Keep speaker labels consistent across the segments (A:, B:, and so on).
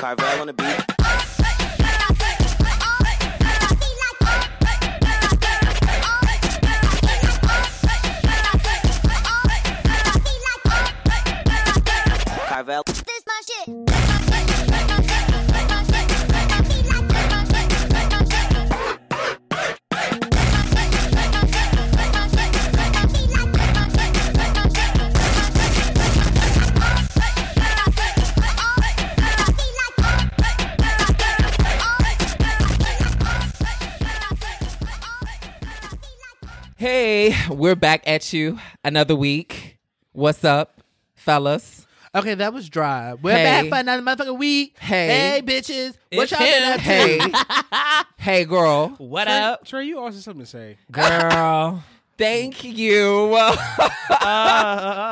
A: Carvel on the beat. Carvel.
B: Hey, we're back at you another week. What's up, fellas?
C: Okay, that was dry. We're
B: Hey.
C: back for another motherfucking week.
B: Hey.
C: hey, bitches, what
D: It's
C: y'all been
D: him.
C: up to?
B: Hey, hey, girl,
D: What up?
E: Trey, you also something to say.
D: Girl.
B: thank you.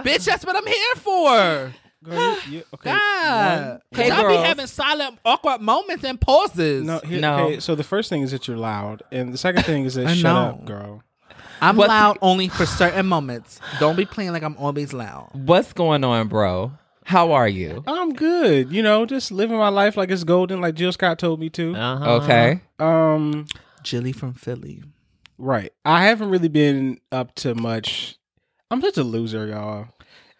C: bitch, that's what I'm here for.
E: Girl, you, you, okay.
C: God,
B: Hey,
C: because y'all be
B: girls.
C: having silent, awkward moments and pauses.
E: No, here,
B: No.
E: Okay, so the first thing is that you're loud, and the second thing is that
C: I
E: shut
C: know.
E: up, girl.
C: I'm
B: What's-
C: loud only for certain moments. Don't be playing like I'm always loud.
B: What's going on, bro? How are you?
E: I'm good. You know, just living my life like it's golden, like Jill Scott told me to.
D: Uh-huh.
B: Okay.
E: Um,
C: Jilly from Philly.
E: right. I haven't really been up to much. I'm such a loser, y'all.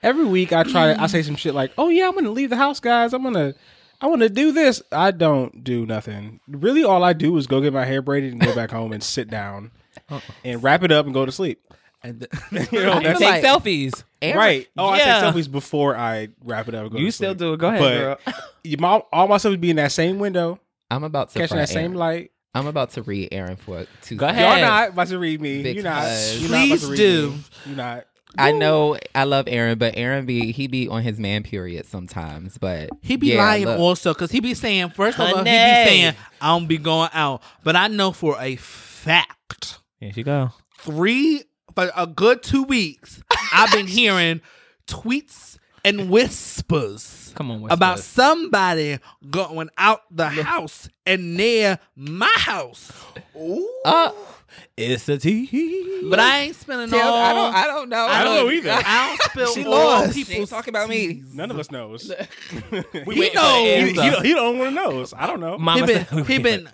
E: Every week I try to, I say some shit like, "Oh yeah, I'm gonna leave the house, guys. I'm gonna, I want to do this." I don't do nothing. Really, all I do is go get my hair braided and go back home and sit down,
D: Uh-uh.
E: and wrap it up and go to sleep.
C: And
E: You know, that's
D: Take
B: Like-
D: selfies.
B: Eric-
E: Right. Oh,
D: Yeah.
E: I take selfies before I wrap it up. and go
D: You
E: to
D: still
E: sleep.
D: do it. Go ahead,
E: But- You- My, all my stuff would be in that same window,
B: I'm about to
E: catching
B: fry
E: that same
B: Aaron.
E: light.
B: I'm about to read Aaron for two.
D: Go ahead.
E: Y'all not about to read me. You're not.
B: Because-
E: You're not about to
C: Please
E: read
C: do.
E: me. You're not.
B: I know I love Aaron, but Aaron be he be on his man period sometimes. But
C: he be
B: yeah,
C: lying
B: look.
C: also because he be saying first of all he be
D: Honey.
C: saying I don't be going out, but I know for a fact
D: Here she go.
C: three for a good two weeks I've been hearing tweets and whispers
D: Come on, West
C: about
D: Coast.
C: somebody going out the house and near my house. Ooh.
B: Uh,
D: it's the tea.
C: but I ain't spilling no.
B: Tell- I don't. I don't know.
C: I
E: don't know either.
C: I don't spill
B: She
C: all
B: lost.
C: people's
B: They talking about me.
E: None of us knows.
D: We
E: he,
D: waiting for the
C: knows.
E: he,
D: ends up.
E: he don't want to know. I don't know.
C: He
D: Mama
C: been
D: said-
C: he been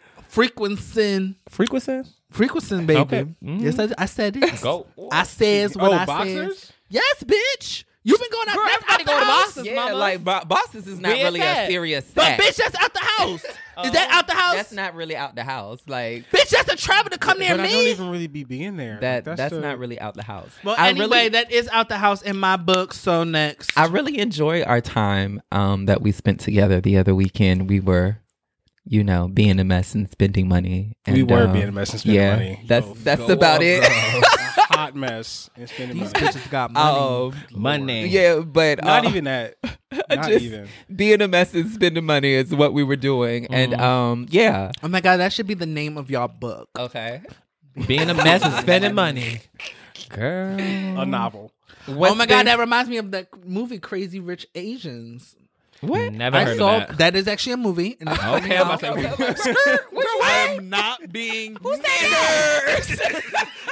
C: frequencing
D: frequency.
C: frequency, baby.
D: Okay. Mm-hmm.
C: Yes, I, I said it.
D: Go.
C: I says what
E: oh,
C: I
E: boxers.
C: says. Yes, bitch. You've been going out.
D: Girl,
C: that's out
D: everybody
C: the
D: go to
C: house.
D: boxes,
B: yeah,
D: mama.
B: like bo- bosses is not
D: Where is
B: really a
D: that?
B: serious.
C: But
B: sack.
C: bitch, that's out the house. Is that
D: Oh,
C: out the house?
B: that's not really out the house. Like
C: Bitch, that's a travel to come near
E: But I don't
C: me.
E: even really be being there.
B: that. That's,
E: the-
B: not really out the house.
C: well,
B: I
C: anyway,
B: really,
C: that is out the house in my book. So next,
B: I really enjoyed our time um, that we spent together the other weekend. We were, you know, being a mess and spending money. And,
E: We were
B: um,
E: being a mess and spending
B: yeah,
E: money.
B: That's
E: Go-
B: that's
E: go
B: about
E: off,
B: it.
E: girl. A hot mess and spending
C: these
E: money.
C: bitches got money.
B: Um,
D: Money.
B: yeah, but
E: Not
B: uh,
E: even that.
B: I
E: Not
B: just-
E: even.
B: being a mess and spending money is what we were doing, and um, yeah,
C: Oh my god, that should be the name of your book.
B: okay.
D: Being a mess and spending money. Girl.
E: A novel.
C: oh my god, that reminds me of that movie Crazy Rich Asians.
B: what?
D: Never
C: I
D: heard
C: saw
D: of that. Uh-huh.
C: that is actually a movie. And it's coming
D: I'm
C: out.
D: about to-
C: I am not being. Who said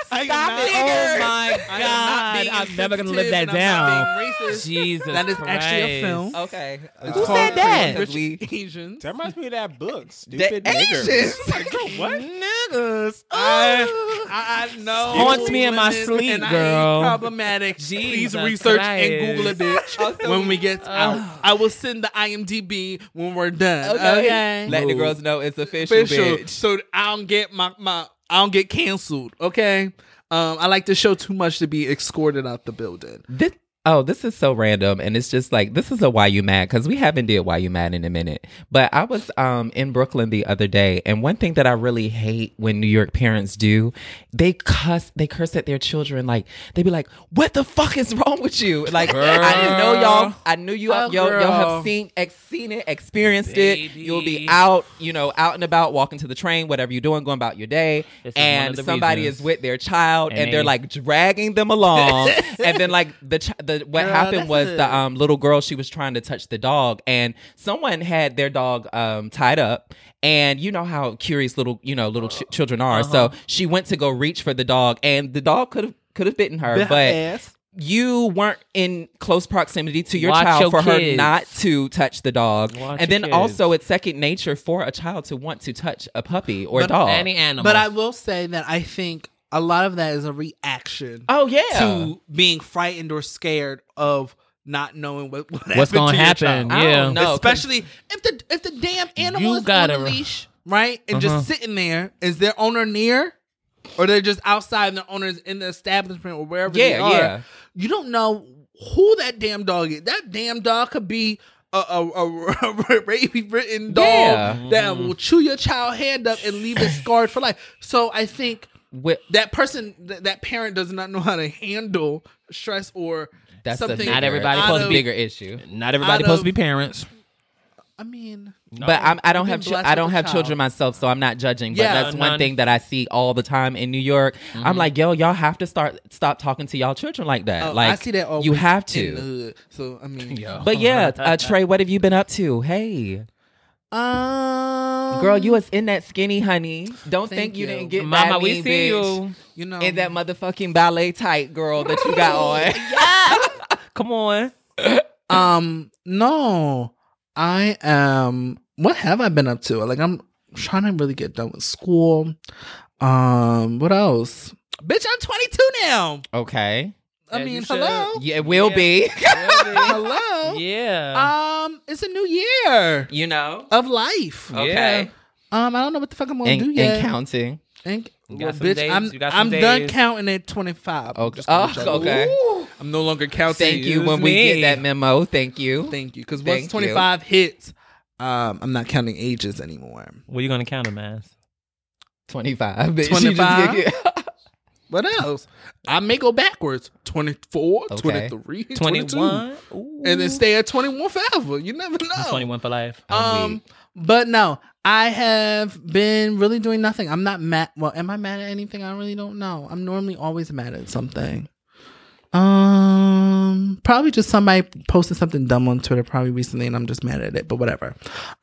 C: I am not,
D: Oh my
C: I am not
D: God.
C: being
D: I'm never going to live
C: insensitive
D: that
C: and I'm
D: down.
C: not being racist.
D: Jesus.
C: That is actually a
D: Christ.
C: film.
B: okay.
E: Who said
C: called
D: that?
C: Crazy
B: We-
C: Rich Asians.
E: That reminds me of that book,
B: The
E: Stupid
B: Asians.
E: Nigger. Like, girl, what?
C: Niggas.
D: Uh,
C: I, I know.
D: Haunts me in my
C: Women
D: sleep,
C: and I ain't
D: girl.
C: problematic. Please
D: Jesus
C: research and
D: Christ. uh,
C: Google it, bitch.
B: Also-
C: when we get out, I will send the IMDb when we're done.
B: Okay.
C: Okay.
B: Let the
D: Ooh.
B: girls know it's official,
C: Official.
B: bitch.
C: So I don't get my, my I don't get canceled. Okay. Um, I like the show too much to be escorted out the building.
B: This oh, this is so random, and it's just like this is a why you mad because we haven't did why you mad in a minute. But I was um in Brooklyn the other day, and one thing that I really hate when New York parents do, they cuss, they curse at their children. Like they be like, "What the fuck is wrong with you?" Like I didn't know y'all. I knew you.
C: Oh,
B: y'all, y'all
C: girl.
B: have seen ex- seen it, experienced it.
D: Baby.
B: You'll be out, you know, out and about, walking to the train, whatever you're doing, going about your day,
D: This is one
B: and
D: of the
B: somebody
D: reasons.
B: is with their child, and,
D: And
B: they're
D: they-
B: like dragging them along, and then like the ch- the what
C: Girl,
B: happened
C: that's
B: was
C: it.
B: the um little girl she was trying to touch the dog, and someone had their dog um tied up, and you know how curious little you know little ch-
D: Uh-huh.
B: children are, so she went to go reach for the dog, and the dog could have could have bitten her, but
C: ass.
B: you weren't in close proximity to your
D: Watch
B: child
D: your
B: for her
D: kids.
B: not to touch the dog.
D: Watch
B: and
D: your
B: then
D: kids.
B: also it's second nature for a child to want to touch a puppy or a
C: But
B: dog.
D: Any animal.
C: But I will say that I think a lot of that is a reaction
B: oh yeah.
C: to being frightened or scared of not knowing what, what
D: What's
C: going to
D: gonna
C: your
D: happen?
C: child. Oh,
B: I
D: Yeah.
B: don't know, 'cause-
C: Especially if the if the damn animal
D: You
C: is
D: gotta- Uh-huh.
C: on a leash, right? And just sitting there, is their owner near? Or they're just outside and their owner's in the establishment or wherever they
B: Yeah,
C: are.
B: yeah.
C: You don't know who that damn dog is. That damn dog could be a, a, a, a ridden dog
B: Yeah.
C: that
D: Mm-hmm.
C: will chew your child hand up and leave it scarred for life. So I think
B: Wi-
C: that person, th- that parent does not know how to handle stress or
B: that's a
C: something.
B: bigger,
D: Not everybody
C: out
D: supposed
C: of-
D: to
B: bigger issue.
D: Not everybody
C: Out
D: supposed to
C: of-
D: be parents.
C: I mean,
B: But I'm, I don't
C: You've
B: have
C: been
B: chil-
C: blessed
B: I don't
C: with a
B: have
C: child.
B: children myself, so I'm not judging. But
C: Yeah, Mm-hmm.
B: that's one
D: none.
B: thing that I see all the time in New York. I'm like, yo, y'all have to start stop talking to y'all children like that.
C: oh,
B: like
C: I see that all
B: you
C: week
B: have
C: in
B: to.
C: the hood. So I mean, yeah.
B: But yeah, uh, Trey, what have you been up to? Hey,
C: Um,
B: girl, you was in that skinny, honey. Don't
C: Thank
B: think you,
C: you. Um,
B: didn't get
D: Mama,
B: that
D: we
B: mean,
D: see
B: bitch,
D: you.
C: you know
B: in that motherfucking ballet tight girl that you got on.
D: Come on.
C: Um, no, I am. What have I been up to? Like, I'm trying to really get done with school. Um, what else? Bitch, I'm 22 now.
B: okay,
C: I
D: Yeah,
C: mean,
D: you
C: hello,
B: yeah, it will be.
C: hello.
D: yeah.
C: Um, it's a new year
B: you know,
C: of life.
B: okay,
C: Um, I don't know what the fuck I'm gonna
B: and,
C: do
B: and
C: yet.
B: counting.
C: Think-
D: You got
C: well,
D: some
C: bitch,
D: days,
C: I'm
D: you got some
C: I'm done
D: days.
C: counting at 25.
B: Okay,
C: Just
B: oh,
C: gonna juggle.
B: okay.
C: I'm no longer counting.
B: Oh, Thank you. When we
D: Excuse
B: get that
D: me.
B: memo, thank you.
C: Thank you. Because
B: Thank
C: once
B: you.
C: 25 hits, um, I'm not counting ages anymore.
D: What are you gonna count them as?
B: Twenty five. Bitch.
C: 25?
B: You just-
C: What else? I may go backwards 24,
B: Okay.
C: 23, 22,
D: 21?
C: and then stay at 21 forever. You never know.
D: I'm 21 for life.
C: Um, but no, I have been really doing nothing. I'm not mad. Well, am I mad at anything? I really don't know. I'm normally always mad at something. Um, probably just somebody posted something dumb on Twitter probably recently, and I'm just mad at it. But whatever.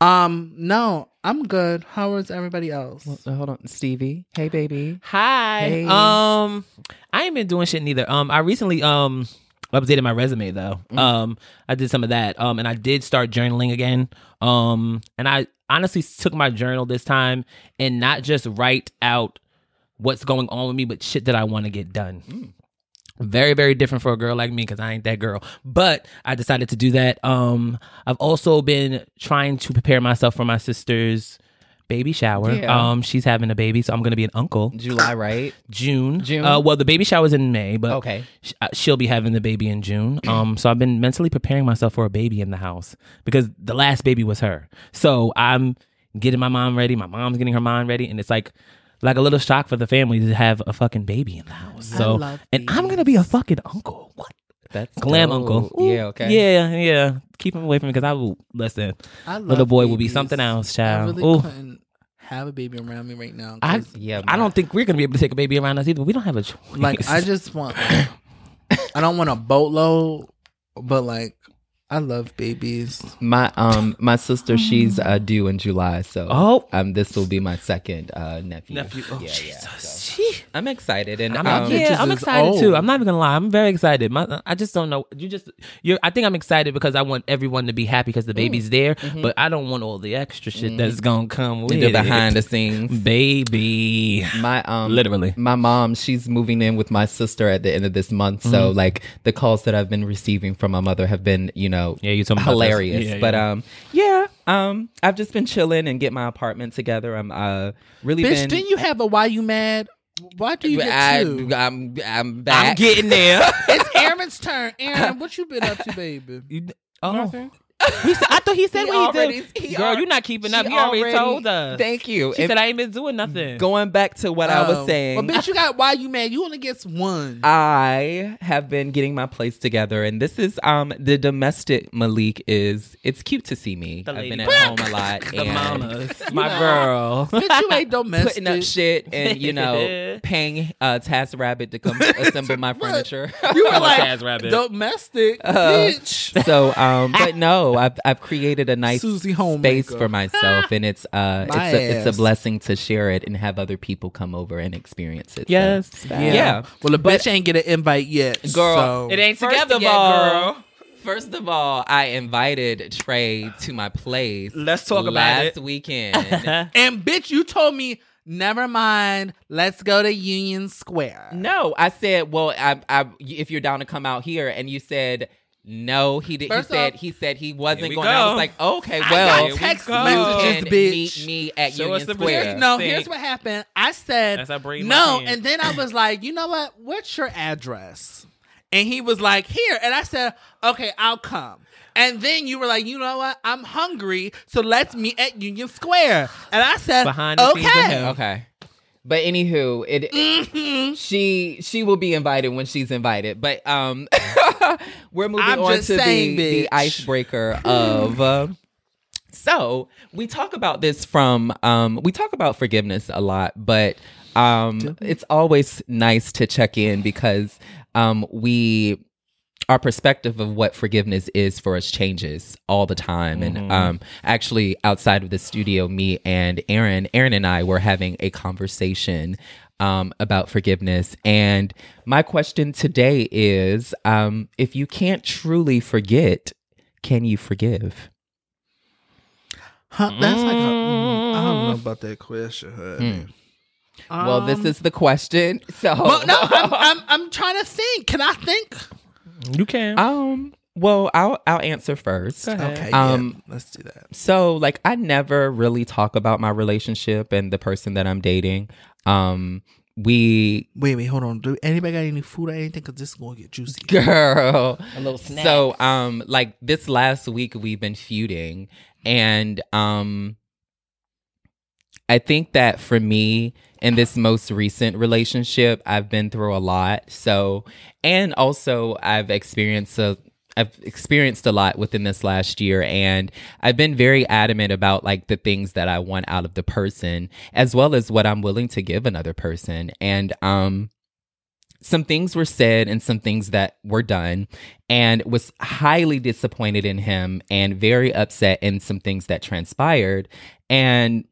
C: Um, no, I'm good. How is everybody else?
B: Well, Hold on, Stevie. Hey, baby.
D: Hi.
B: Hey.
D: Um, I ain't been doing shit neither. Um, I recently um updated my resume though.
B: Mm.
D: Um, I did some of that. Um, and I did start journaling again. Um, and I honestly took my journal this time and not just write out what's going on with me, but shit that I want to get done.
B: Mm.
D: Very, very different for a girl like me because I ain't that girl. But I decided to do that. Um, I've also been trying to prepare myself for my sister's baby shower.
B: Yeah.
D: Um, she's having a baby, so I'm gonna be an uncle.
B: July, right?
D: June.
B: June.
D: Uh, well, the baby shower's in May, but
B: Okay.
D: sh- uh, she'll be having the baby in June. Um, so I've been mentally preparing myself for a baby in the house because the last baby was her. So I'm getting my mom ready. My mom's getting her mind ready, and it's like. Like a little shock for the family to have a fucking baby in the house. So,
C: love
D: and I'm gonna be a fucking uncle. What?
B: That's
D: Glam
B: dope.
D: uncle.
B: Oh, Yeah.
D: Ooh,
B: Okay.
D: Yeah, yeah. Keep him away from me because I will listen.
C: I love
D: Little boy will be
C: babies.
D: something else,
C: I
D: child.
C: really
D: Ooh.
C: couldn't have a baby around me right now.
D: I
C: 'cause,
B: Yeah.
D: I don't think we're gonna be able to take a baby around us either. We don't have a choice.
C: like I just want like, I don't want a boatload, but like I love babies.
B: My um my sister she's uh, due in July, so
D: Oh.
B: um this will be my second uh nephew.
D: nephew. Oh
B: yeah, yeah.
D: Jesus.
B: So,
D: She-
B: I'm excited and
D: I'm,
B: um,
D: yeah,
C: bitches
D: I'm
C: is
D: excited
C: old.
D: too. I'm not even gonna lie. I'm very excited. My, I just don't know. You just, you're. I think I'm excited because I want everyone to be happy because the baby's there. But I don't want all the extra shit that's gonna come with
B: the behind the
D: it.
B: scenes.
D: baby.
B: My um
D: Literally.
B: my mom, she's moving in with my sister at the end of this month. So
D: Mm-hmm.
B: like the calls that I've been receiving from my mother have been, you know,
D: Yeah, you told me about this.
B: hilarious.
D: Yeah,
B: But
D: yeah.
B: um yeah, um I've just been chilling and get my apartment together. I'm uh really
C: Bitch,
B: been
C: didn't you have a why you mad? Why do you get
B: I,
C: two?
B: am I'm back.
D: I'm getting there.
C: it's Aaron's turn. Aaron, what you been up to, baby?
D: You- oh, he said, I thought he said
B: He
D: what he
B: already-
D: did.
B: he
D: Girl,
B: al-
D: you're not keeping up.
B: She
D: He already, told us.
B: Thank you.
D: She
B: And
D: said I ain't been doing nothing.
B: going back to what I
C: Oh.
B: was saying.
C: Well, bitch, you got why you mad? You only gets one.
B: I have been getting my place together, and this is um the domestic Malik is. It's cute to see me.
D: The
B: I've been
D: lady.
B: at home a lot.
D: the
B: and
D: mamas, my girl.
C: bitch, you ain't domestic.
B: Putting up shit and you know paying uh, Task Rabbit to come assemble my furniture.
C: You were
D: I'm a
C: like
D: Taz rabbit.
C: domestic,
B: Uh,
C: bitch.
B: so, um, but no, so I've I've created a nice
C: Susie Homemaker.
B: space for myself, and it's uh
C: My
B: it's a,
C: ass.
B: it's a blessing to share it and have other people come over and experience it. So,
D: Yes.
B: yeah.
C: Well, the
B: But-
C: bitch ain't get an invite yet,
B: girl,
C: so-
D: it ain't
B: first
D: together
B: of
D: yet,
B: all,
D: girl.
B: First of all, I invited Trey to my place.
D: Let's talk about
B: last
D: it.
B: weekend.
C: And bitch, you told me never mind. Let's go to Union Square.
B: No, I said, well, I, I, if you're down to come out here, and you said no, he did.
C: First
B: he said
C: off-
B: he said he
D: Here
B: wasn't
D: we
B: going. I
D: go.
B: was like, okay,
C: I
B: well,
C: got
B: you
C: text
D: go.
B: can
C: messages,
B: meet
C: bitch.
B: me at
D: Show us
B: Union
D: the
B: Square.
D: picture.
C: no,
D: Think.
C: here's what happened. I said
D: As I breathe my
C: no,
D: hand.
C: and then I was like, you know what? What's your address? And he was like, here. And I said, okay, I'll come. And then you were like, you know what? I'm hungry, so let's meet at Union Square. And I said,
D: Behind the scenes of
C: okay.
D: hell.
B: Okay, but anywho, it
C: Mhm.
B: she she will be invited when she's invited. But um, we're moving
C: I'm
B: on
C: just
B: to
C: saying,
B: the,
C: bitch.
B: the icebreaker of. Uh, so we talk about this from um, we talk about forgiveness a lot, but um, it's always nice to check in because um, we our perspective of what forgiveness is for us changes all the time.
C: Mm-hmm.
B: And um, actually, outside of the studio, me and Aaron, Aaron and I were having a conversation um, about forgiveness. And my question today is um, if you can't truly forget, can you forgive?
C: Huh, that's like, a,
D: Mm. Hmm.
C: I don't know about that question. honey.
B: well, this
C: Um,
B: is the question. So,
C: Well, no, I'm, I'm I'm trying to think. Can I think?
D: You can.
B: um, well, I'll I'll answer first.
C: Okay,
B: Um,
C: yeah, let's do that.
B: so like i never really talk about my relationship and the person that i'm dating um we
C: Wait, wait, hold on. Do anybody got any food or anything? Cause this is gonna get juicy.
B: girl
D: A little
B: so um like this last week we've been feuding and um i think that for me in this most recent relationship i've been through a lot so and also i've experienced a I've experienced a lot within this last year and I've been very adamant about like the things that I want out of the person as well as what I'm willing to give another person and um some things were said and some things that were done and was highly disappointed in him and very upset in some things that transpired and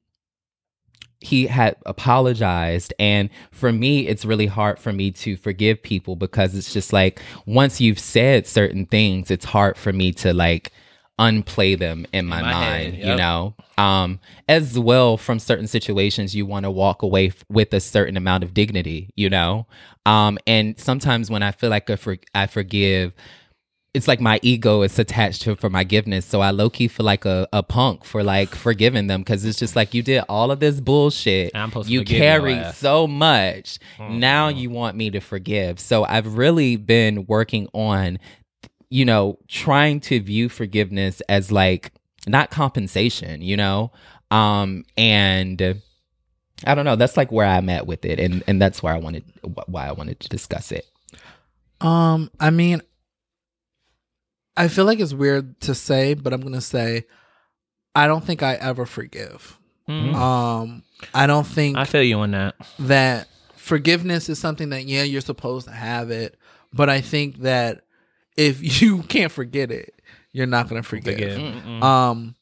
B: he had apologized and for me it's really hard for me to forgive people because it's just like once you've said certain things it's hard for me to like unplay them in my,
D: my head,
B: mind you
D: yep.
B: know um as well from certain situations you want to walk away f- with a certain amount of dignity you know um and sometimes when i feel like I for- i forgive it's like my ego is attached to it for forgiveness. So I low key feel like a, a punk for like forgiving them because it's just like you did all of this bullshit.
D: I'm supposed to
B: you
D: forgive oh, your
B: carry
D: ass.
B: so much. Now
E: Mm-hmm.
B: you want me to forgive. So I've really been working on, you know, trying to view forgiveness as like not compensation, you know? Um, and I don't know. That's like where I'm at with it. And, and that's where I wanted, wh- why I wanted to discuss it.
C: Um, I mean, I feel like it's weird to say, but I'm gonna say, I don't think I ever forgive.
D: Mm.
C: Um, I don't think
D: I feel you on that.
C: that forgiveness is something that yeah you're supposed to have it, but I think that if you can't forget it, you're not gonna forgive.
D: Mm-mm.
C: Um,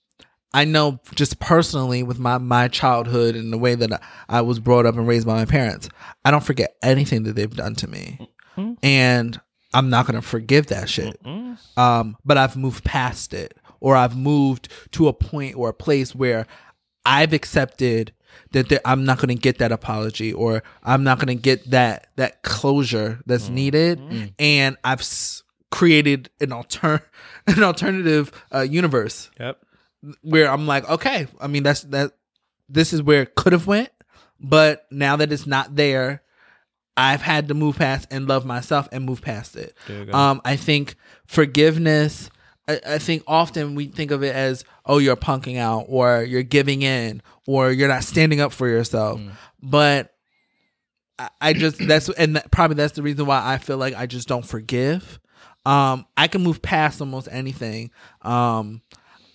C: I know just personally with my my childhood and the way that I, I was brought up and raised by my parents, I don't forget anything that they've done to me,
D: Mhm.
C: and I'm not gonna forgive that shit.
D: Mm.
C: Um, but I've moved past it, or I've moved to a point or a place where I've accepted that there, I'm not gonna get that apology, or I'm not gonna get that that closure that's needed, and I've s- created an alter an alternative uh, universe
D: Mm-hmm.
E: Yep.
C: where I'm like, okay, I mean that's that this is where it could have went, but now that it's not there, I've had to move past and love myself and move past it. Um I think forgiveness I, I think often we think of it as, oh, you're punking out or you're giving in or you're not standing up for yourself. But I, I just that's and that, probably that's the reason why I feel like I just don't forgive. Um I can move past almost anything. Um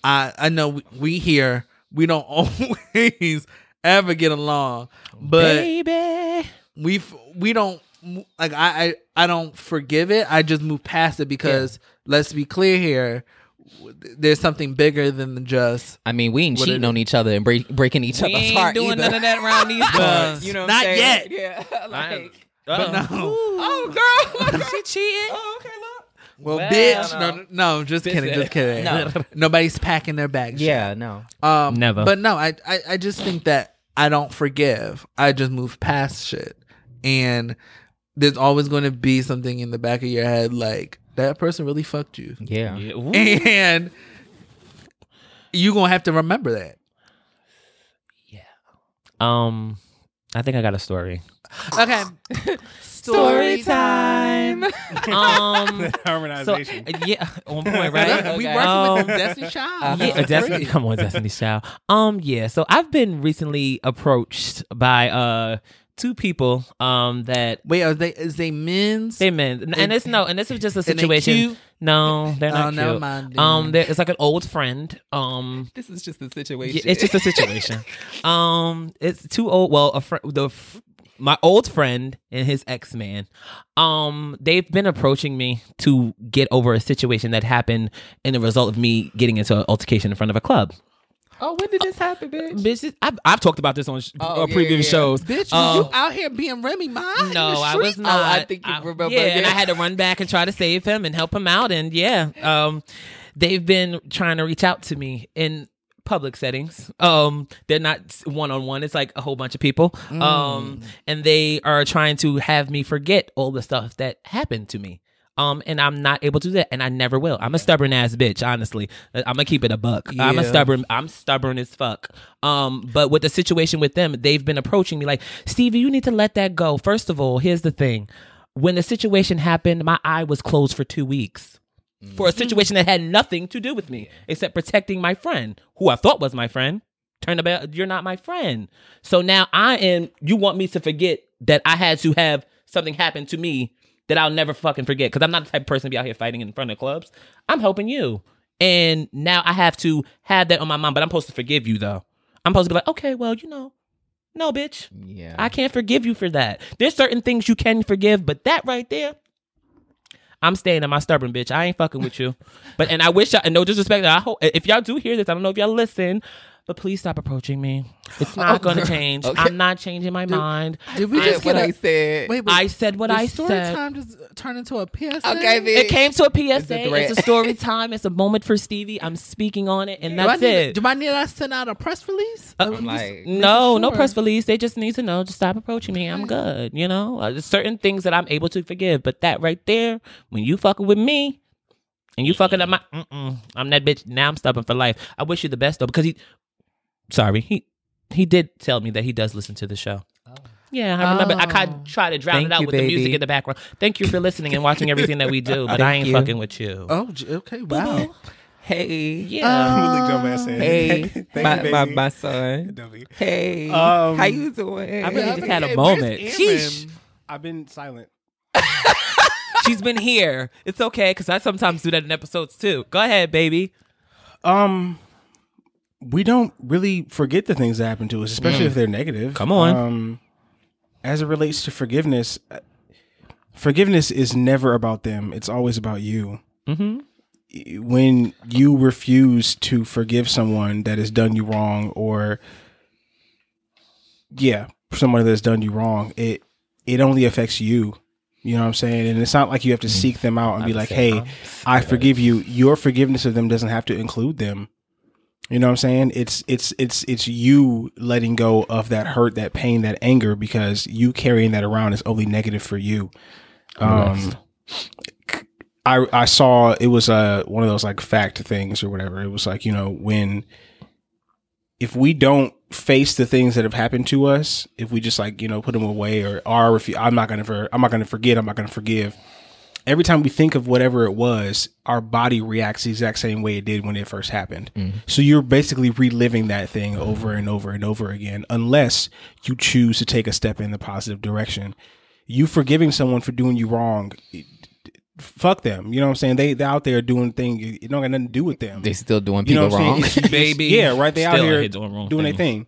C: I I know we, we here we don't always ever get along, but
D: Baby.
C: we f- we don't like I, I I don't forgive it. I just move past it because let's be clear here, there's something bigger than just
B: I mean, we ain't cheating on each other and break, breaking each
D: We
B: other's
D: ain't
B: heart
D: doing
B: either.
D: none of that around these parts.
B: Uh, You know, what
C: Not
B: I'm saying?
C: yet.
B: Yeah, like,
D: but
B: oh, girl,
D: she cheating.
B: oh, okay, look.
C: well,
D: Well,
C: bitch.
D: no.
C: No, no, no, just kidding,
D: said
C: just
D: it.
C: kidding.
B: No.
C: Nobody's packing their bags.
B: Yeah, no.
C: Um,
D: Never.
C: But no, I, I I just think that I don't forgive. I just move past shit, and there's always going to be something in the back of your head like that person really fucked you,
B: Yeah.
D: Yeah, ooh.
C: and you gonna have to remember that.
D: Um, I think I got a story.
C: Okay.
B: Story time. Mm-hmm.
D: Um, so uh,
E: harmonization.
D: yeah, on point,
C: Right?
D: right?
C: We
B: Okay.
C: working with
D: Um,
C: Destiny Child.
D: yeah, Destiny. Come on, Destiny's Child. Um, yeah. So I've been recently approached by uh two people um that
C: Wait, are they is they men's?
D: they men, and,
C: And-
D: it's no, and this is just a
C: and they
D: situation.
C: cute?
D: No, they're not
C: Oh, never
D: cute.
C: mind then.
B: Mm.
D: um, they're- it's like an old friend. Um,
B: This is just the
D: Yeah,
B: situation.
D: it's just a situation. um, it's too old. Well, a friend, the f- my old friend and his ex man. Um, they've been approaching me to get over a situation that happened in the result of me getting into an altercation in front of a club.
B: oh, when did this happen, bitch?
D: Bitch, this- I've, I've talked about this on sh-
B: Oh,
D: uh,
B: yeah,
D: previous
B: yeah.
D: shows.
C: Bitch,
D: Uh,
C: you out here being Remy Ma? in the
D: no, I was
C: streets?
D: not.
B: Oh, I think you remember,
D: Yeah, and
B: yeah.
D: I had to run back and try to save him and help him out. And yeah, um, they've been trying to reach out to me in public settings. Um, they're not one on one. It's like a whole bunch of people.
B: Mm.
D: Um, and they are trying to have me forget all the stuff that happened to me. Um, and I'm not able to do that, and I never will. I'm a stubborn ass bitch, honestly. I'm gonna keep it a buck. I'm a
C: Yeah.
D: stubborn. I'm stubborn as fuck. Um, but with the situation with them, they've been approaching me like, Stevie, you need to let that go. First of all, here's the thing: when the situation happened, my eye was closed for two weeks for a situation that had nothing to do with me except protecting my friend, who I thought was my friend. Turn about, you're not my friend. So now I am. You want me to forget that I had to have something happen to me that I'll never fucking forget because I'm not the type of person to be out here fighting in front of clubs. I'm helping you, and now I have to have that on my mind. But I'm supposed to forgive you though. I'm supposed to be like, okay, well, you know, no, bitch.
B: yeah.
D: I can't forgive you for that. There's certain things you can forgive, but that right there, I'm staying in my stubborn bitch. I ain't fucking with you. But and I wish I and no disrespect. I hope if y'all do hear this, I don't know if y'all listen, but please stop approaching me. It's not gonna change.
B: Okay.
D: I'm not changing my mind.
C: Oh, Did we
B: I-
C: just
B: what
C: get a-
B: I said.
C: Wait, wait.
D: I said what
C: did
D: I
C: story
D: said.
C: time just turned into a PSA.
B: Okay, bitch.
D: It came to a PSA. It's
B: a
D: a,
B: threat.
D: story time. It's a moment for Stevie. I'm speaking on it, and
C: Do I
D: that's
C: need,
D: it.
C: Do I need us to send out a press release?
D: Uh,
B: I'm like,
D: no, no
C: sure.
D: press release. They just need to know. Just stop approaching me. I'm good. You know, uh, there's certain things that I'm able to forgive, but that right there, when you fucking with me, and you fucking up my, mm-mm, I'm that bitch. Now I'm stubborn for life. I wish you the best though, because he, sorry, he he did tell me that he does listen to the show. Yeah, I remember. I kind
C: Oh.
D: of try to drown
B: Oh. Thank
D: it out
B: you,
D: with
B: baby.
D: the music in the background. Thank you for listening and watching everything that we do, but I
B: Thank
D: ain't
B: you.
D: fucking with you.
C: Oh, j- okay. Wow.
B: hey, Um,
D: Yeah.
E: Really dumb ass ass.
B: hey,
E: Thank you,
B: my, my,
E: baby.
B: my son.
E: Dummy.
B: Hey,
C: Uh,
E: Um,
B: how you doing?
D: I really just had a
C: Hey,
D: moment.
C: where's
D: Sheesh.
C: Aaron?
E: I've been silent.
D: She's been here. It's okay because I sometimes do that in episodes too. Go ahead, baby.
E: Um, we don't really forget the things that happen to us, especially
B: Mm.
E: if they're negative.
D: Come on.
E: Um, as it relates to forgiveness, uh, forgiveness is never about them. It's always about you. Mm-hmm. When you refuse to forgive someone that has done you wrong, or yeah, someone that's done you wrong, it it only affects you. You know what I'm saying? And it's not like you have to
B: Mm.
E: seek them out and be like, "Hey, I forgive you." Your forgiveness of them doesn't have to include them. You know what I'm saying? It's it's it's it's you letting go of that hurt, that pain, that anger because you carrying that around is only negative for you. Um I I saw it was uh one of those like fact things or whatever. It was like, you know, when if we don't face the things that have happened to us, if we just like, you know, put them away or are if you, I'm not going to for, I'm not going to forget, I'm not going to forgive. Every time we think of whatever it was, our body reacts the exact same way it did when it first happened.
B: Mm-hmm.
E: So you're basically reliving that thing over and over and over again, unless you choose to take a step in the positive direction. You forgiving someone for doing you wrong, fuck them. You know what I'm saying? They they're out there doing thing. It don't got nothing to do with them.
B: they still doing
E: You know
B: people
E: what I'm saying?
B: wrong.
E: It's- it's-
D: Baby.
E: Yeah, right. They out
D: Still out
E: here,
D: here doing
E: doing
D: wrong
E: their
D: things.
E: thing.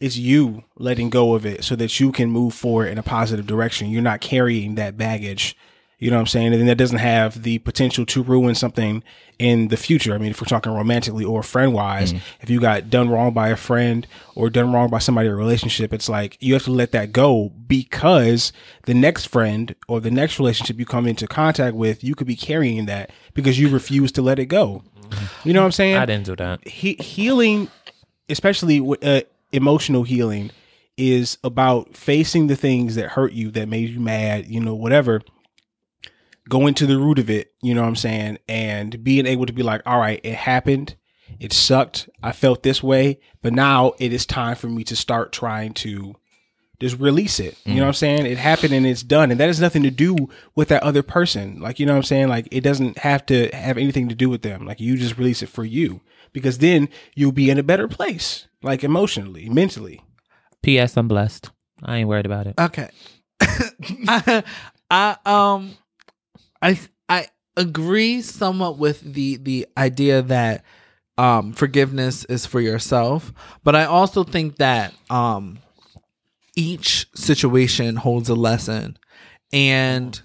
E: It's you letting go of it so that you can move forward in a positive direction. You're not carrying that baggage. You know what I'm saying? And that doesn't have the potential to ruin something in the future. I mean, if we're talking romantically or friend wise,
B: Mm-hmm.
E: if you got done wrong by a friend or done wrong by somebody in a relationship, it's like you have to let that go because the next friend or the next relationship you come into contact with, you could be carrying that because you refuse to let it go. You know what I'm saying?
D: I didn't do that.
E: he- healing, especially with, uh, emotional healing, is about facing the things that hurt you, that made you mad, you know, whatever. Going to the root of it, you know what I'm saying, and being able to be like, all right, it happened, it sucked, I felt this way, but now it is time for me to start trying to just release it. You know what I'm saying? It happened and it's done. And that has nothing to do with that other person. Like, you know what I'm saying? Like, it doesn't have to have anything to do with them. Like, you just release it for you because then you'll be in a better place, like emotionally, mentally.
D: P.S. I'm blessed. I ain't worried about it.
C: Okay. I, I um I I agree somewhat with the the idea that um forgiveness is for yourself, but I also think that um each situation holds a lesson and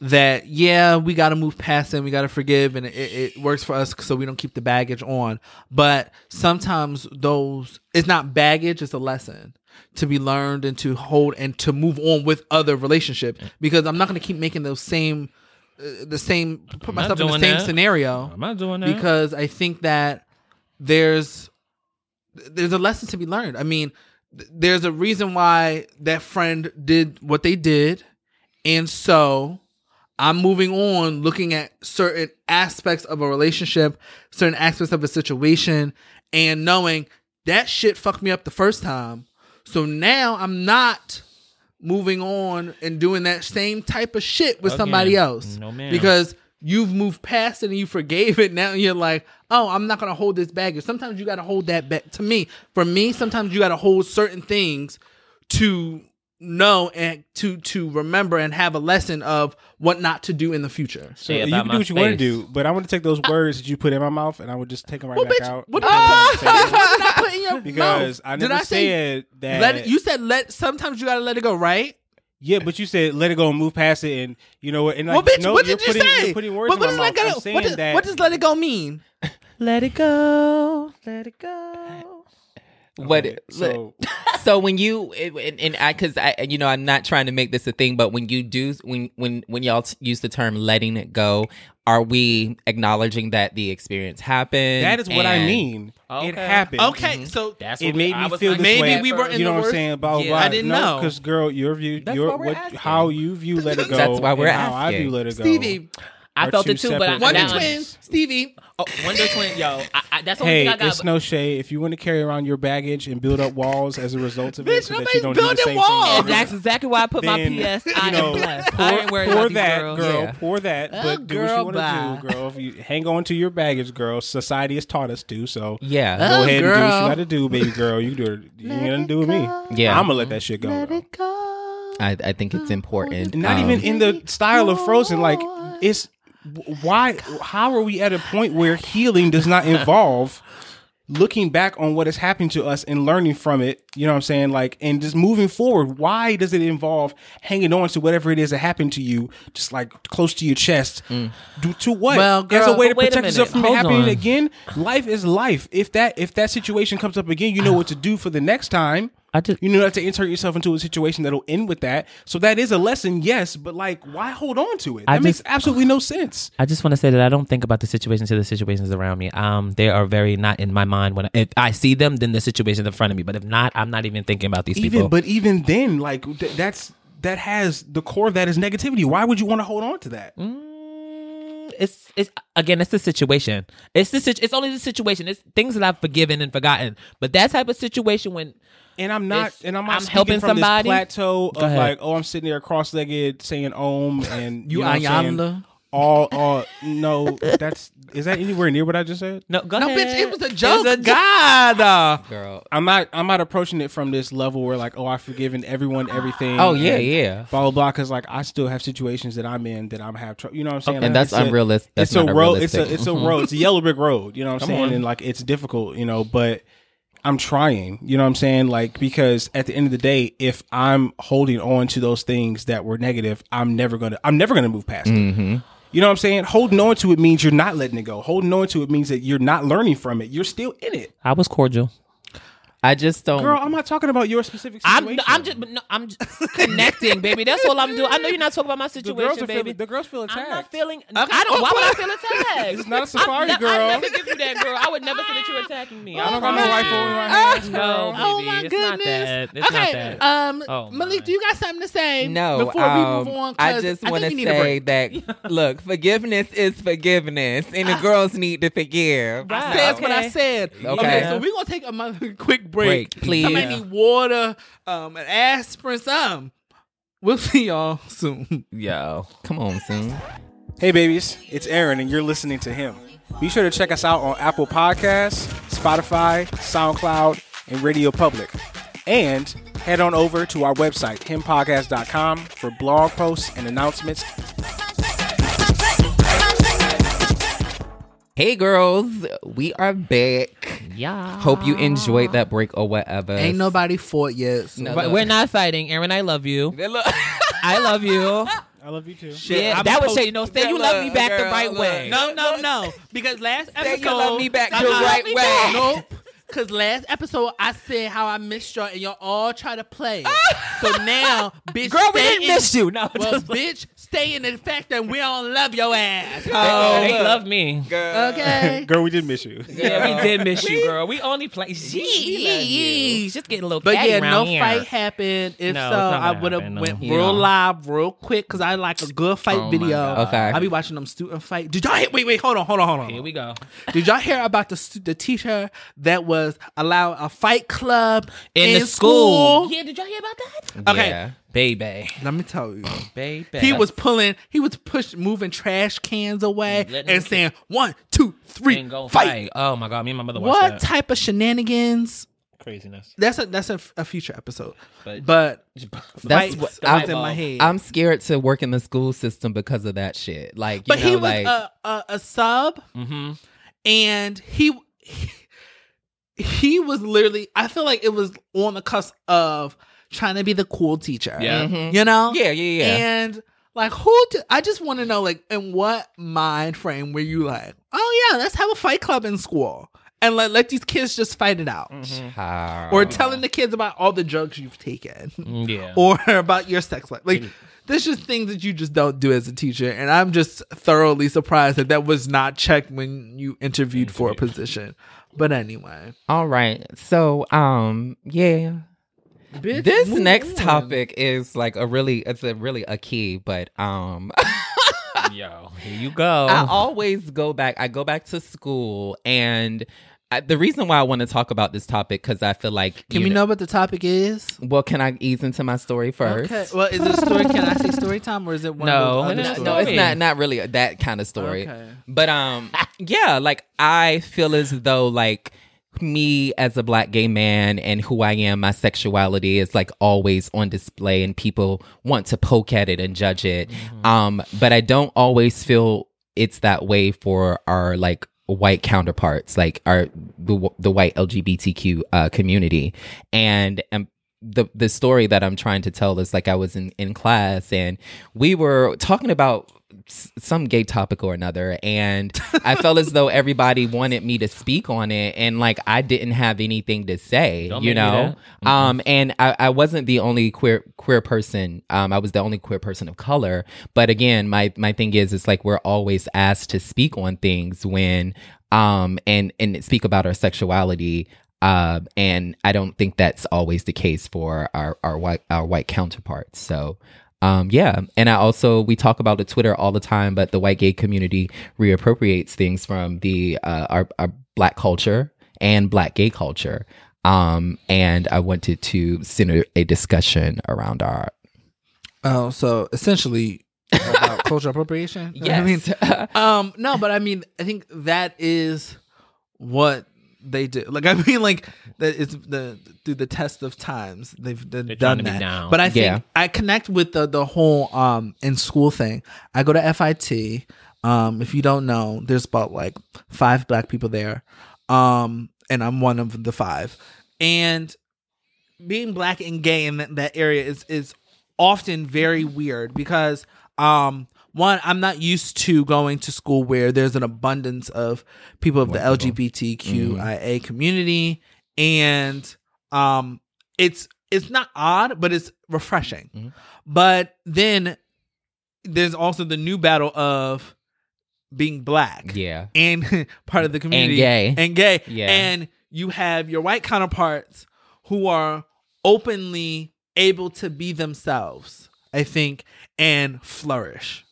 C: that yeah we got to move past it and we got to forgive and it, it works for us so we don't keep the baggage on but sometimes those it's not baggage it's a lesson to be learned and to hold and to move on with other relationship because i'm not going to keep making those same uh, the same put
D: not
C: myself in the
D: doing
C: same
D: that.
C: scenario
D: I'm not doing that.
C: because I think that there's there's a lesson to be learned. I mean, th- there's a reason why that friend did what they did, and so I'm moving on, looking at certain aspects of a relationship, certain aspects of a situation, and knowing that shit fucked me up the first time. So now I'm not moving on and doing that same type of shit with somebody
D: Again.
C: else
D: Oh, No, ma'am.
C: because you've moved past it and you forgave it now you're like oh i'm not gonna hold this baggage sometimes you gotta hold that back to me for me sometimes you gotta hold certain things to know and to to remember and have a lesson of what not to do in the future
E: So
D: Shit
E: you can
D: about my
E: do what you want to
D: face.
E: do, but I want to take those words that you put in my mouth and I would just take them right
C: well
E: back
C: bitch
E: out.
C: what the
E: Because-
C: fuck did i put in your
E: Because
C: mouth?
E: I
C: did
E: never
C: i say
E: said that.
C: let it, you said let sometimes you gotta let it go right
E: yeah, but you said let it go and move past it, and you know what? And like,
C: well bitch
E: no,
C: what
E: you're
C: did you
E: putting,
C: say
E: You're putting words
C: what, what
E: in
C: does
E: my
C: let
E: mouth.
C: go
E: I'm saying
C: what, does,
E: that
C: what does let it go mean
D: Let it go. Let it go.
B: What?
E: Okay,
B: So,
E: so
B: so when you and, and I, because I, you know, I'm not trying to make this a thing, but when you do, when when when y'all t- use the term "letting it go," are we acknowledging that the experience happened?
E: that is what I
B: and-
E: mean. It
D: Okay.
E: happened.
C: okay so
D: That's
E: it
D: what
E: made
D: we, I
E: me
D: was
E: feel
D: like-
E: this
C: maybe
E: way.
C: we were in the
E: you know what I'm
C: worst-
E: saying? Blah,
D: Yeah.
E: blah.
D: I
C: didn't know.
E: because girl, your view,
B: That's
E: your
B: why we're
E: what,
B: asking.
E: how you view let it go.
B: That's why we're
E: and How I
B: asking.
E: view let it go.
C: stevie
D: I
E: Are
D: felt
E: two
D: it too, but I,
E: separate
D: now-
C: wonder
E: That one.
C: twins stevie
D: Oh, Wonder Twin, yo, I, I, that's the only
E: Hey,
D: thing I got.
E: it's no shade. If you want to carry around your baggage and build up walls as a result of it,
C: Bitch,
E: so that
C: nobody's
E: you don't do the
C: building
E: same
C: walls.
E: thing.
D: that's exactly why I put my
E: Then,
D: PS.
E: you
D: I
E: know,
D: am blessed.
E: Pour,
D: I ain't worried
E: pour
D: about these
E: that,
D: girls.
E: girl.
B: Yeah.
E: Pour that,
C: Oh,
E: but do
C: girl,
E: what you want to
C: bye.
E: do, girl. If you hang on to your baggage, girl. Society has taught us to, so
B: Yeah.
E: go
C: Oh,
E: ahead and do what
C: girl.
E: you got to do, baby girl. You do it. You ain't gonna do with me.
B: Yeah.
E: I'm gonna
D: Mm-hmm.
E: let that shit go. though.
B: I, I think it's important.
E: And not
B: um,
E: even in the style of Frozen. Like it's why? How are we at a point where healing does not involve looking back on what has happened to us and learning from it? You know what I'm saying? Like and just moving forward. Why does it involve hanging on to whatever it is that happened to you, just like close to your chest? Do, to what?
C: Well,
E: as a
C: girl,
E: way
D: Mm.
E: to
D: but wait a
E: protect yourself
D: minute.
E: from it
D: Hold
E: happening
D: on.
E: again. Life is life. If that if that situation comes up again, you know what to do for the next time.
D: I just
E: You know, not to insert yourself into a situation that'll end with that. So that is a lesson, yes, but like, why hold on to it? That
D: I
E: makes
D: just-
E: absolutely no sense.
D: I just want to say that I don't think about the situations to the situations around me. Um, they are very not in my mind when if I see them, then the situation's in front of me. But if not, I'm not even thinking about these
E: Even,
D: people.
E: but even then, like th- that's that has the core of that is negativity. Why would you want to hold on to that?
D: Mm, it's it's again, it's the situation. It's the situ- It's only the situation. It's things that I've forgiven and forgotten. But that type of situation when
E: And I'm not,
D: It's-
E: and I'm not
D: I'm
E: speaking
D: helping
E: from this
D: somebody.
E: plateau of
D: ahead.
E: like, oh, I'm sitting there cross legged saying "om" and
C: You
E: know what I'm saying?
C: Ayala.
E: All, all, no, that's is that anywhere near what I just said?
D: no, go
C: No,
D: ahead.
C: bitch, it was a joke.
D: It's a god. uh,
B: girl.
E: I'm not I'm not approaching it from this level where like, oh, I've forgiven everyone, everything.
B: Oh, yeah,
E: and
B: yeah.
E: Blah blah blah. Because like, I still have situations that I'm in that I'm have trouble. You know what I'm saying?
B: And that's unrealistic.
E: It's
B: That's
E: a
B: not
E: road. It's a
B: realistic.
E: it's a road. It's a yellow brick road. You know what I'm
D: Mm-hmm. Come
E: saying?
D: on.
E: And like, it's difficult. You know, but I'm trying. You know what I'm saying? Like because at the end of the day, if I'm holding on to those things that were negative, I'm never gonna I'm never gonna move past it.
D: Mm-hmm.
E: You know what I'm saying? Holding on to it means you're not letting it go. Holding on to it means that you're not learning from it. You're still in it.
D: I was cordial.
B: I just don't.
E: Girl, I'm not talking about your specific
D: I'm,
E: situation.
D: I'm just, no, I'm just connecting, baby. That's all I'm doing. I know you're not talking about my
E: the girls
D: situation,
E: are
D: baby.
E: feeling the girls feel attacked.
D: I'm not feeling. I don't. Why would I feel attacked?
E: This is not a
D: I'm
E: safari,
D: not-
E: girl.
D: I'd never give you that, girl. Oh I would never say that you're attacking me.
E: I don't got
D: I'm
E: no
D: not-
E: rifle in my hands,
D: No,
E: girl.
D: baby.
C: Oh my
D: it's
C: goodness.
D: Not that. It's
C: okay.
D: not that.
C: Um
D: Oh,
C: Malik,
D: my.
C: do you got something to say?
B: No,
C: Before
B: um,
C: we move on, 'Cause
B: I just
C: think
B: want to
C: we need a
B: say
C: break.
B: that look, forgiveness is forgiveness, and the girls need to forgive.
D: Right.
B: So-
C: That's what I
D: Okay.
C: said.
B: Okay.
C: so we're gonna take a mother- quick break.
B: Break, please.
C: Somebody need water, um, an aspirin, something. We'll see y'all soon.
B: Yo, come on, soon.
E: Hey, babies, it's Aaron, and you're listening to him. Be sure to check us out on Apple Podcasts, Spotify, SoundCloud, and Radio Public. And head on over to our website, himpodcast.com, for blog posts and announcements.
B: Hey, girls, we are back.
D: Yeah.
B: Hope you enjoyed that break or whatever.
C: Ain't nobody fought yet. so-
B: No.
D: But we're not fighting, Aaron. I love you.
B: Look,
D: I love you.
E: I love you too.
D: yeah,
B: I'm
D: that would
B: so-
D: say you know. Say
B: Girl,
D: you love me
B: look,
D: back the
B: girl,
D: right
B: look.
D: way.
B: No,
C: no, no. Because last
B: Say you love me back the right way.
C: Nope. Cause last episode I said how I missed y'all and y'all all try to play. so now, bitch,
D: girl, we
C: stay
D: didn't
C: in-
D: miss you. No,
C: Well,
D: just-
C: bitch, stay in the fact that we don't love your ass.
B: Oh,
D: they
B: look.
D: love me.
B: Girl.
C: Okay.
E: Girl, we did miss you.
D: Yeah, we did miss you, girl. We only play. Jeez, just getting a little.
C: But
D: catty
C: yeah,
D: around
C: no
D: here.
C: fight happened. If
D: No,
C: so,
D: it's not
C: I
D: gonna
C: would have
D: happen, no.
C: went
D: Yeah. Oh
C: real live, real quick, cause I like a good fight
D: my
C: video.
D: God.
B: Okay.
C: I be watching them student fight. Did y'all hear? Wait, wait, hold on, hold on, hold on.
D: Here we go.
C: Did y'all hear about the stu- the teacher that was allowed a fight club
D: In,
C: in
D: the school.
C: school?
D: Yeah, did y'all hear about that?
C: Okay.
B: Yeah.
D: Baby.
C: Let me tell you.
D: Baby.
C: He was pulling, he was pushing, moving trash cans away
D: Letting
C: and
D: them
C: saying, one, two, three,
D: And go
C: fight.
D: fight. Oh my god, me and my mother watched
C: What
D: that.
C: type of shenanigans?
D: Craziness.
C: That's a that's a, a future episode.
D: But-
C: But,
B: That's
C: fights
B: what-
C: that was
B: I'm-
C: in my head.
B: I'm scared to work in the school system because of that shit. Like, you
C: but
B: know,
C: he was uh,
B: like,
C: a, a a sub,
D: Mm-hmm.
C: and he, he he was literally. I feel like it was on the cusp of trying to be the cool teacher.
D: Yeah.
B: mhm.
C: you know.
B: yeah, yeah, yeah.
C: And like, who? Do, I just want to know, like, in what mind frame were you like, oh yeah, let's have a fight club in school and let let these kids just fight it out,
B: Mm-hmm. Child.
C: or telling the kids about all the drugs you've taken,
B: Mm-hmm.
D: Yeah.
C: or about your sex life, like. There's just things that you just don't do as a teacher, and I'm just thoroughly surprised that that was not checked when you interviewed for a position. But anyway,
B: All right. So, um, yeah.
C: bitch,
B: This
C: move
B: next
C: on.
B: topic is like a really it's a really a key, but um
D: Yo, here you go.
C: Oh.
B: I always go back. I go back to school and I, the reason why I want to talk about this topic cuz I feel like
C: Can
B: you
C: we know what the topic is?
B: Well, can I ease into my story first?
C: Okay. Well, is it story? Can I say story time, or is it one
D: No,
C: of
D: no,
B: No,
C: those other
B: no,
C: stories?
B: it's not not really that kind of story.
C: Okay.
B: But um yeah, like I feel as though like me as a black gay man and who I am, my sexuality is like always on display and people want to poke at it and judge it.
C: Mm-hmm.
B: Um but I don't always feel it's that way for our like white counterparts like our the, the white LGBTQ uh community and um, and the the story that I'm trying to tell is like I was in in class and we were talking about s- some gay topic or another and I felt as though everybody wanted me to speak on it and like I didn't have anything to say
D: Don't
B: you
D: make
B: know
D: me that. Mm-hmm.
B: um and I, I wasn't the only queer queer person um I was the only queer person of color but again my my thing is it's like we're always asked to speak on things when um and and speak about our sexuality uh, and I don't think that's always the case for our our white our white counterparts. So. Um, yeah, and I also we talk about the Twitter all the time, but the white gay community reappropriates things from the uh, our, our black culture and black gay culture. Um, and I wanted to center a discussion around our
C: Oh, so essentially about cultural appropriation. Is that what
B: Yes.
C: I mean, um, no, but I mean, I think that is what they do. Like, I mean, like that is the through the test of times they've, they've
D: trying
C: done
D: to be
C: that.
D: down.
C: But I think
B: Yeah.
C: I connect with the the whole um in school thing. I go to FIT. Um, if you don't know, there's about like five black people there. Um, and I'm one of the five. And being black and gay in that, that area is is often very weird because um one I'm not used to going to school where there's an abundance of people of
B: White
C: the
B: people. Mm-hmm.
C: LGBTQIA community and um it's it's not odd but it's refreshing.
B: Mhm.
C: But then there's also the new battle of being black
B: Yeah.
C: and part of the community
B: gay.
C: and gay
B: Yeah.
C: and you have your white counterparts who are openly able to be themselves i think and flourish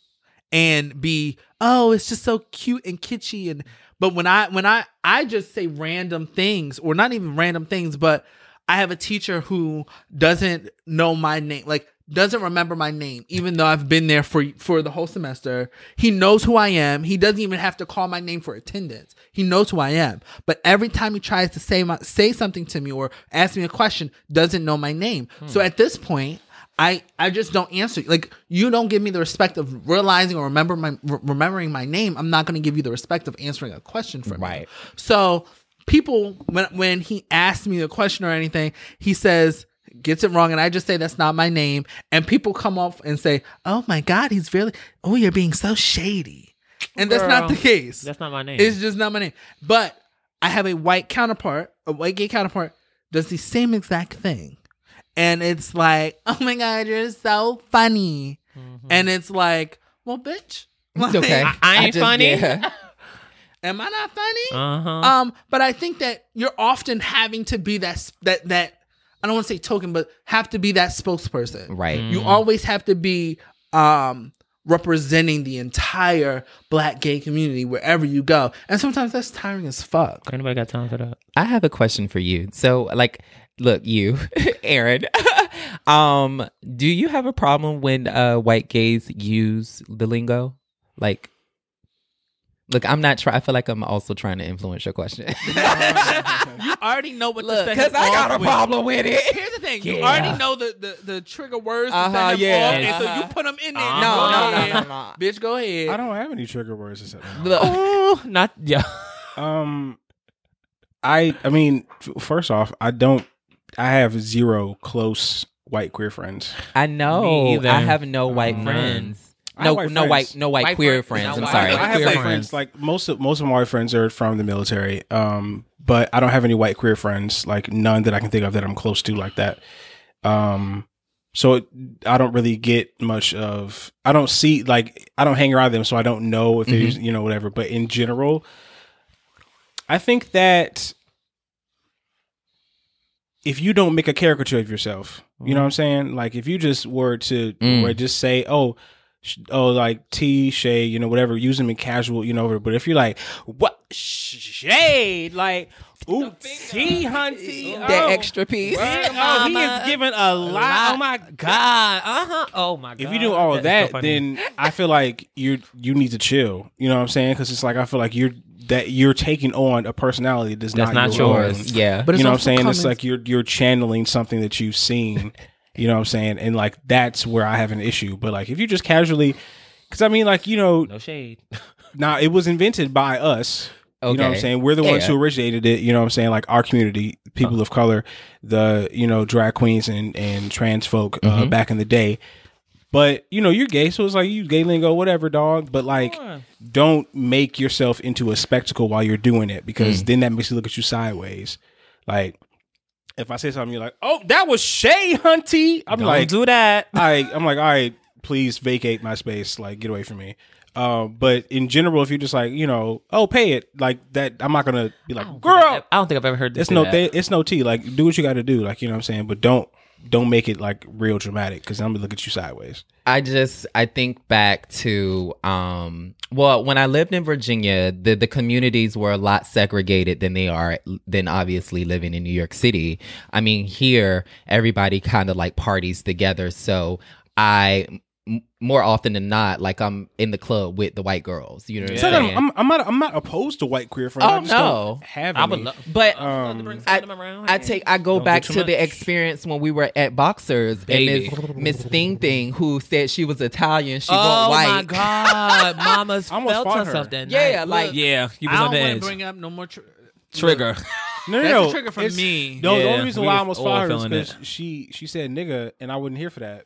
C: and be oh it's just so cute and kitschy and but when i when i i just say random things or not even random things but i have a teacher who doesn't know my name like doesn't remember my name even though i've been there for for the whole semester he knows who i am he doesn't even have to call my name for attendance he knows who i am but every time he tries to say my, say something to me or ask me a question doesn't know my name so at this point I I just don't answer. Like you don't give me the respect of realizing or remember my re- remembering my name. I'm not going to give you the respect of answering a question from
B: Right.
C: you. So people, when when he asked me a question or anything, he says gets it wrong, and I just say that's not my name. And people come off and say, "Oh my God, he's really oh you're being so shady," and that's not
D: Girl,
C: the case.
D: That's not my name.
C: It's just not my name. But I have a white counterpart, a white gay counterpart, does the same exact thing. And it's like, oh my God, you're so funny. And it's like, well, bitch.
B: Mm-hmm. It's okay.
D: I- I ain't funny.
B: yeah.
C: Am I not funny?
D: uh
E: Uh-huh.
D: huh.
B: Uh-huh.
C: Um, but I think that you're often having to be that s- that that I don't want to say token, but have to be that spokesperson.
B: Right. Mm.
C: You always have to be um representing the entire black gay community wherever you go. And sometimes that's tiring as fuck.
D: Anybody got time for that?
B: I have a question for you. So, like, look, you, Aaron, um, do you have a problem when uh white gays use the lingo? Like, look, I'm not trying. I feel like I'm also trying to influence your question
C: You already know what
B: Look,
C: to set him off with.
B: with it.
C: Here's the thing: you
B: Yeah.
C: already know the the, the trigger words to
B: Uh-huh,
C: set him
B: yeah,
C: off, and so
B: uh-huh.
C: you put them in there.
B: No,
C: Go
D: No,
B: no, no,
C: ahead.
B: no, no.
C: bitch, go ahead.
E: I don't have any trigger words. To say.
B: Look,
D: Oh, not yeah.
E: Um, I I mean, f- first off, I don't. I have zero close white queer friends.
B: I know
D: Me either.
B: I have no white
D: None.
B: friends.
E: I
B: No,
E: have white
B: no
E: friends.
B: white, no white,
D: White
B: queer
D: friends.
B: friends.
D: No
B: I'm
D: white-
B: sorry.
E: I have
D: queer
E: white
D: friends.
E: friends. Like most of most of my white friends are from the military. Um, but I don't have any white queer friends. Like none that I can think of that I'm close to like that. Um, so it, I don't really get much of. I don't see like I don't hang around them, so I don't know
B: Mm-hmm.
E: if there's you know whatever. But in general, I think that if you don't make a caricature of yourself, you know what I'm saying? Like if you just were to
B: Mm-hmm. Mm.
E: were just say, oh, sh- oh, like T Shay, you know, whatever, use them in casual, you know, whatever. But if you're like, what shade, like, ooh, T hunty, oh,
B: that extra piece.
E: word, oh, he is giving a lot. Oh my god.
D: Uh huh. Oh my god.
E: If you do all of that,
D: is so funny.
E: then I feel like you are you need to chill. You know what I'm saying? Because it's like I feel like you're that you're taking on a personality that's,
D: That's not
E: yours.
D: yours.
B: Yeah.
C: But
E: you know what I'm
C: also
E: saying?
C: comments-
E: It's like you're you're channeling something that you've seen. you know what I'm saying? And like that's where I have an issue. But like if you just casually, because I mean, like you know,
D: no shade.
E: now it was invented by us. You know what
B: Okay.
E: I'm saying? We're the ones
B: Yeah.
E: who originated it. You know what I'm saying? Like our community, people of color, the you know drag queens and and trans folk
B: Mm-hmm.
E: uh, back in the day. But you know you're gay, so it's like you gay lingo, whatever, dog. But like, don't make yourself into a spectacle while you're doing it,
D: Mm.
E: because then that makes you look at you sideways. Like, if I say something, you're like, "Oh, that was Shay Hunty." I'm
D: Don't
E: like,
D: do that.
E: I I'm like, all right, please vacate my space, like get away from me. Uh, but in general, if you're just like, you know, oh, pay it, like that, I'm not gonna be like, girl,
D: I don't think I've ever heard this.
E: it's no,
D: do that.
E: th- it's no tea. Like, do what you got to do, like you know what I'm saying, but don't don't make it like real dramatic because I'm gonna look at you sideways.
B: I just I think back to um well when I lived in Virginia the the communities were a lot segregated than they are than obviously living in New York City. I mean here everybody kind of like parties together so I m- more often than not like I'm in the club with the white girls, you know what
E: So
B: I'm
E: I'm,
B: saying?
E: I'm, I'm not I'm not opposed to white queer friends.
B: Oh,
E: I just don't
B: no.
E: have
D: I would
E: any.
D: love,
B: But, um,
D: I
E: Um,
D: would love to bring some
B: I-
D: of them around.
B: I take I go
D: Don't do
B: back
D: too
B: to the
D: much.
B: experience when we were at Boxers
D: Baby.
B: and Miss Miss Thing Thing who said she was Italian, she
D: oh
B: was white.
D: my god, Mama's
E: I almost
D: felt
E: fought
D: herself
E: her.
D: that
B: Yeah,
D: night.
B: like-
D: yeah, you was
C: I
D: on
C: don't
D: the
C: want to
D: edge.
C: bring up no more. Tr-
D: Trigger.
E: No, no,
F: That's
E: no.
F: a trigger for
E: it's-
F: me.
E: No, the
D: Yeah,
E: only reason
D: we
E: why I
D: was
E: almost
D: all
E: fired her is
D: feeling
E: because she she said nigga, and I wasn't here for that.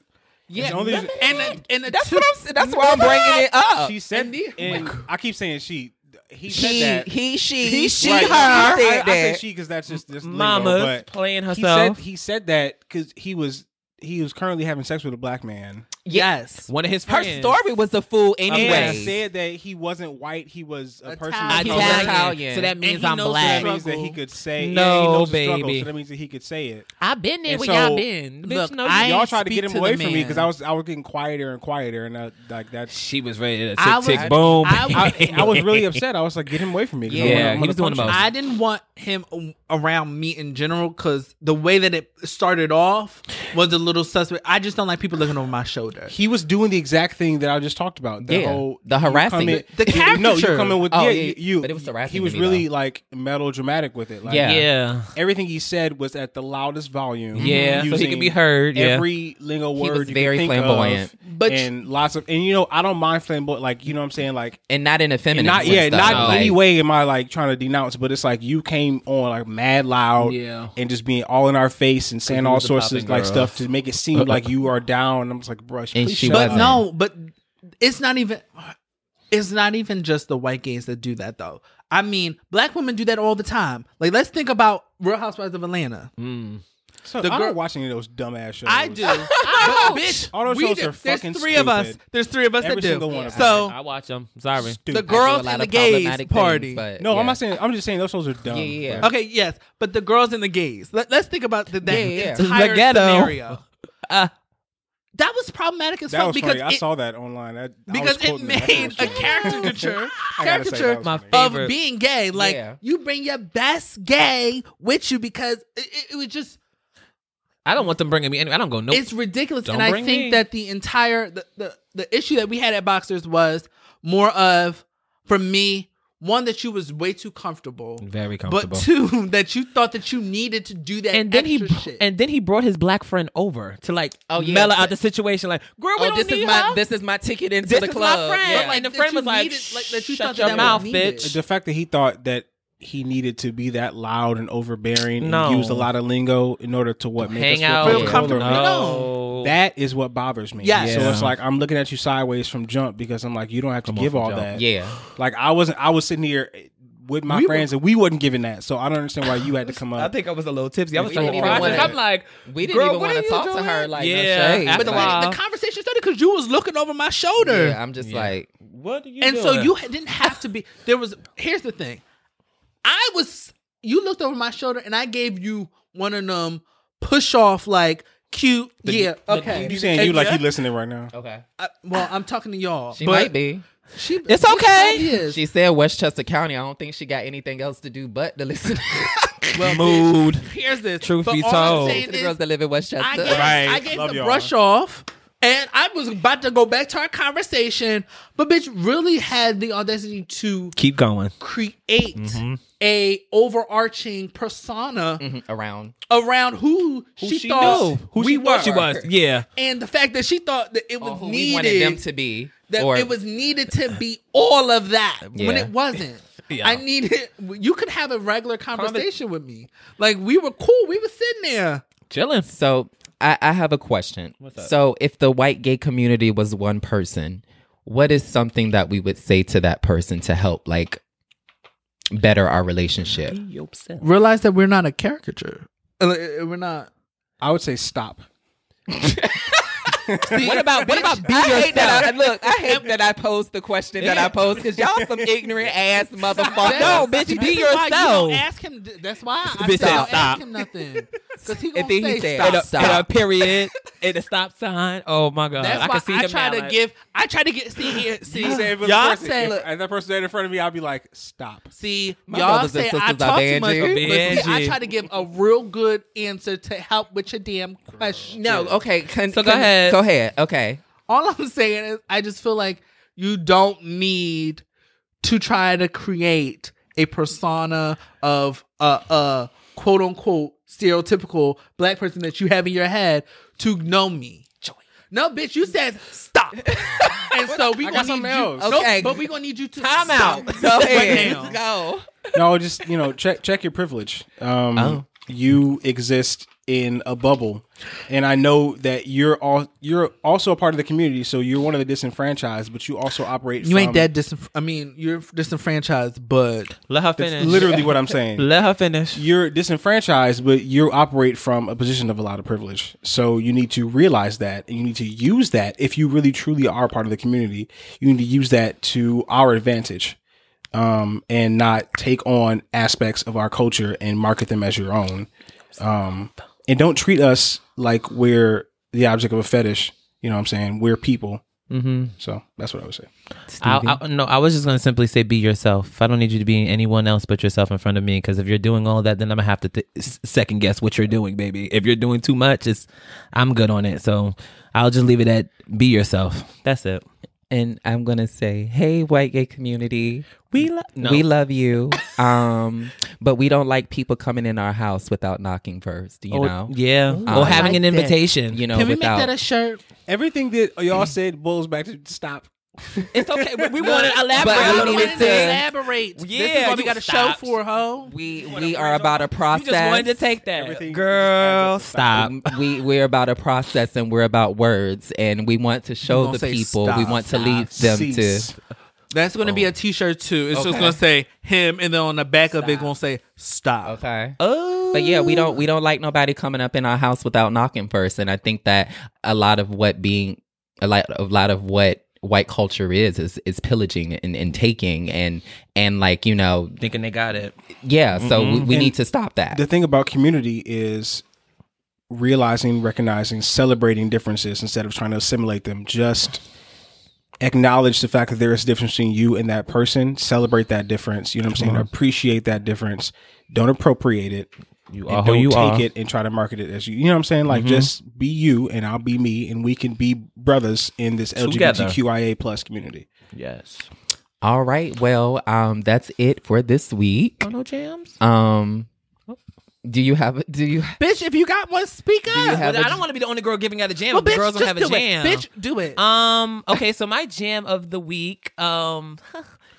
C: Yeah,
E: the only
C: and
E: reason-
C: the, and the
B: That's
C: two-
B: what I'm. That's why I'm bringing it up.
E: She said,
C: Andy?
E: and I keep saying she. He
B: He,
E: said that.
B: he, she,
C: He,
B: she, her.
C: she,
E: Right.
B: He
E: I-
B: said
E: I, I say
B: that.
E: she because that's just this lingo,
D: Mama's
E: but
D: playing
E: He said
D: herself.
E: he said that because he was he was currently having sex with a black man.
B: yes.
D: One of his
B: Her
D: friends.
B: story was a fool
E: And
B: anyway.
E: said that he wasn't white. He was a person.
C: Italian.
E: of color.
D: Italian.
B: Italian.
D: So that means
F: he
D: I'm
F: knows
E: That
D: black.
E: means that he could say
D: No,
E: yeah, he knows the struggle,
D: baby.
E: so that means that he could say it.
D: I've been there
E: And
D: where
E: so-
D: y'all been.
F: Look,
D: Bitch, no,
F: I-
E: Y'all
F: ain't
E: tried to get
F: speak
E: him
F: to
E: away
F: the
E: from me because
F: man.
E: I was I was getting quieter and quieter, and I, like that's
D: she was ready to tick,
F: I was-
D: tick, boom.
E: I, I was really upset. I was like, get him away from me. 'cause I'm
D: Yeah,
E: gonna- I'm
D: he was
E: gonna punch
D: doing the
E: him.
D: most.
C: I didn't want him a- around me in general because the way that it started off was a little suspect. I just don't like people looking over my shoulder.
E: He was doing the exact thing that I just talked about. The
B: Yeah,
E: whole
B: the
E: you come
B: harassing.
E: in-
C: The
E: you- No, you
C: caricature.
E: come in with
B: Oh,
E: yeah,
B: yeah,
E: you, you.
B: but it was harassing
E: He
B: to
E: was
B: me,
E: really like melodramatic with it. Like,
B: Yeah.
D: yeah.
E: everything he said was at the loudest volume.
D: Yeah, so he
E: using
D: could be heard. Yeah.
E: Every lingo word.
B: was
E: you could
B: very
E: think of,
B: flamboyant.
C: But-
E: and lots of and you know I don't mind flamboyant. Like you know what I'm saying. Like
B: and not in a feminine.
E: not
B: sense,
E: yeah,
B: though.
E: not
B: Like,
E: any way am I like trying to denounce, but it's like you came on like mad loud
D: Yeah.
E: and just being all in our face and saying
D: you
E: all
D: was a
E: sorts of
D: popping
E: like
D: girl.
E: stuff to make it seem like you are down. And I'm just like, brush,
B: And
E: please
B: she
E: shut
B: wasn't.
E: up.
C: But no, but it's not even. It's not even just the white gays that do that though. I mean, black women do that all the time. Like, let's think about Real Housewives of Atlanta.
E: So
C: the
E: I
C: girl-
E: don't watch any of those dumbass shows.
C: I do. But bitch,
E: All those
C: we
E: shows
C: do-
E: are
C: there's
E: fucking
C: three of us.
E: stupid.
C: There's three of us
E: Every
C: that
E: single
C: do.
E: one of them.
C: So
D: I watch them. Sorry.
E: Stupid.
C: the
B: I do a
C: girls
B: lot
C: and the
B: of
C: gays
B: problematic
C: party.
B: things, but
E: No,
B: yeah.
E: I'm not saying. I'm just saying those shows are dumb.
B: Yeah, yeah, yeah.
E: Like,
C: Okay, yes, but the girls and the gays. Let, us think about the, that
B: Yeah, Uh. yeah.
C: entire
D: The ghetto.
C: scenario. that was problematic as
E: That
C: fuck
E: was
C: because
E: funny. I
C: it,
E: saw that online. That, I was
C: because it
E: quoting that. That
C: made
E: shit
C: a
E: was funny.
C: caricature
E: I gotta say, that
C: caricature
E: was
D: my
E: funny.
C: of
D: favorite.
C: being gay. Like
B: Yeah.
C: you bring your best gay with you because it, it, it was just
D: I don't want them bringing me. Any, I don't go. Nope.
C: it's ridiculous.
D: Don't
C: and I
D: bring
C: think
D: me.
C: that the entire the, the the issue that we had at Boxers was more of for me one that you was way too comfortable.
D: very
C: But two, that you thought that you needed to do that,
D: and then he
C: extra shit.
D: and then he brought his black friend over to like
B: Oh, yeah.
D: mellow out the situation. Like, girl, we
B: Oh,
D: don't
B: this
D: need
B: is my
D: her.
B: this is my ticket into
D: This
B: the
D: is my
B: club.
D: friend.
B: Yeah.
D: Like, and the
C: that
D: friend
C: you
D: was like,
C: needed- like, that you
D: shut
C: thought that
D: your
C: that was
D: mouth,
C: needed.
D: bitch.
E: The fact that he thought that he needed to be that loud and overbearing
D: No.
E: and used a lot of lingo in order to what make
D: Hang
E: us
D: out.
E: feel
C: Feel
E: comfortable.
C: comfortable.
D: No.
E: That is what bothers me.
C: Yes.
E: So
D: Yeah.
E: it's like I'm looking at you sideways from jump because I'm like, you don't have to give
D: from
E: all
D: jump.
E: that.
B: yeah.
E: Like I wasn't. I was sitting here with my friends and we wasn't giving that. So I don't understand why you had to come up.
D: I think I was a little tipsy. I was
B: We
D: trying to
B: didn't even
D: process.
B: wanna-
D: I'm like,
B: We didn't
D: girl,
B: even
D: what
B: want
D: are
B: to
D: you
B: talk to
D: doing?
B: her like
D: Yeah,
B: no shade. But
C: But
D: after
C: the,
D: a while.
B: like,
C: the conversation started because you was looking over my shoulder,
B: yeah, I'm just like
D: what are you
C: and
D: doing?
C: so you ha- didn't have to be. There was. Here's the thing, I was. You looked over my shoulder, and I gave you one of them push off like cute. yeah, okay.
E: you saying you like you listening right now.
B: okay.
C: I- well, I'm talking to y'all.
B: She
C: but
B: might be.
C: She,
D: It's
C: she
D: okay.
C: probably is.
B: She said Westchester County. I don't think she got anything else to do but to listen
C: well,
D: mood.
C: Here's this.
D: Truth
C: But
D: be
C: all I'm
D: told.
C: saying
B: to the
C: is,
B: girls that live in Westchester.
C: I gave, I gave
E: Love
C: the
E: y'all.
C: brush off, and I was about to go back to our conversation, but bitch really had the audacity to
D: Keep going.
C: create a overarching persona
B: Mhm, Around.
C: around who, she,
E: she
C: thought
D: Who
C: we
D: she
C: were,
D: thought she was? Yeah.
C: and the fact that she thought that it
B: Or
C: was
B: who we wanted them
C: needed
B: to be.
C: that
B: or
C: it was needed to be all of that when
B: Yeah.
C: it wasn't.
D: Yeah.
C: I needed you could have a regular conversation with me. Like we were cool, we were sitting there.
D: Chilling.
B: So I, I have a question. So if the white gay community was one person, what is something that we would say to that person to help like better our relationship?
C: realize that we're not a caricature. Uh, We're not.
E: I would say stop.
D: What about what about be
B: I hate
D: yourself?
B: that I look, I hate that I posed the question that I posed because y'all some ignorant ass motherfuckers.
D: No, bitch, be
C: That's why you
D: yourself.
C: don't ask him. That's why I
D: Bitch
C: said
D: said
C: don't
D: stop.
C: ask him nothing. Because he
B: And
C: gonna
B: then
C: say
B: he said,
C: stop.
D: At a,
B: Stop.
D: at a period, at a stop sign. Oh my god,
C: That's
D: I
C: why
D: can see
C: I
D: him
C: try
D: now,
C: to
D: like-
C: give. I try to get. See, here- see,
E: y'all
C: y'all say. look,
E: that person that in front of me, I'd be like, stop.
C: See,
B: My
C: y'all
B: brothers and
C: say I
B: sisters are
C: talk too
B: banned
C: much,
B: you.
C: but see,
D: Banned
C: I
D: you.
C: try to give a real good answer to help with your damn question.
B: No, okay. Con,
D: So go
B: con-
D: ahead.
B: Go ahead. Okay.
C: all I'm saying is I just feel like you don't need to try to create a persona of a uh, uh, quote unquote stereotypical black person that you have in your head to know me. No, bitch, you said stop. and so we
E: I got
C: gonna need
E: something
C: you.
E: else.
C: Nope,
B: Okay.
C: but we gonna need you to
D: Time
C: stop
D: out.
B: Go
C: right
B: ahead.
C: now.
B: Go.
E: no, just you know, check check your privilege. Um,
B: Oh.
E: you exist in a bubble, and I know that you're all you're also a part of the community. So you're one of the disenfranchised, but you also operate.
C: You ain't
E: from-
C: that disenf- I mean, you're disenfranchised, but
D: Let her
E: That's
D: finish.
E: literally what I'm saying.
D: Let her finish.
E: You're disenfranchised, but you operate from a position of a lot of privilege. So you need to realize that, and you need to use that if you really truly are part of the community. You need to use that to our advantage, um, and not take on aspects of our culture and market them as your own. Um, and don't treat us like we're the object of a fetish. You know what I'm saying? We're people.
B: Mm-hmm.
E: So that's what I would say.
D: I, I, no, I was just gonna simply say be yourself. I don't need you to be anyone else but yourself in front of me. Because if you're doing all that, then I'm gonna have to th- s- second guess what you're doing, baby. If you're doing too much, it's I'm good on it. So I'll just leave it at be yourself. That's it.
B: and I'm gonna say, hey, white gay community,
D: We love. No.
B: we love you, um, but we don't like people coming in our house without knocking first.
D: Oh,
B: You know,
D: Yeah.
B: I
D: or having
C: like
D: an
C: that.
D: invitation.
B: you know,
C: can we
B: without
C: make that a shirt?
E: Everything that y'all said boils back to stop.
D: it's okay. But we want to elaborate
B: but
D: a
B: you
D: little
B: needed
D: bit.
B: to
D: sis.
C: elaborate.
D: This is
C: this is
D: Yeah,
C: what
D: what
C: we
D: we you-
C: got a
D: gotta
C: show
D: show stop.
C: for,
D: for,
C: ho.
B: we we are about a
D: You
B: process.
D: just wanted to take that,
E: Everything
D: girl.
E: just adds
D: Stop.
E: up.
B: we we're about a process and we're about words and we want to show the
C: gonna say
B: people we
C: stop,
B: want to
C: stop,
B: lead them
E: Cease.
B: to
C: That's going to be a T-shirt too. It's just
B: Okay.
C: going to say him, and then on the back of it, going to say stop.
B: okay
D: Oh.
B: but yeah we don't we don't like nobody coming up in our house without knocking first and i think that a lot of what being a lot a lot of what white culture is is is pillaging and, and taking and and like you know
D: Thinking they got it.
B: yeah so
C: Mm-hmm.
B: we, we
E: And
B: need to stop that
E: the thing about community is realizing, recognizing, celebrating differences instead of trying to assimilate them. Just acknowledge the fact that there is a difference between you and that person. Celebrate that difference. You know what I'm saying? Appreciate that difference. Don't appropriate it.
D: You
E: And
D: are who
E: don't
D: you
E: take
D: are.
E: it and try to market it as you. You know what I'm saying? Like just be you and I'll be me and we can be brothers in this
D: Together.
E: LGBTQIA plus community.
D: Yes.
B: all right well um that's it for this week
D: No jams.
B: um do you have do you
C: Bitch, if you got one, speak up.
B: have
D: Well,
B: a-
D: I don't want to be the only girl giving out a jam.
C: well,
D: if the
C: bitch,
D: girls
C: just
D: don't have a
C: do
D: jam.
C: it. Bitch, do it.
D: Um. Okay. So my jam of the week. Um.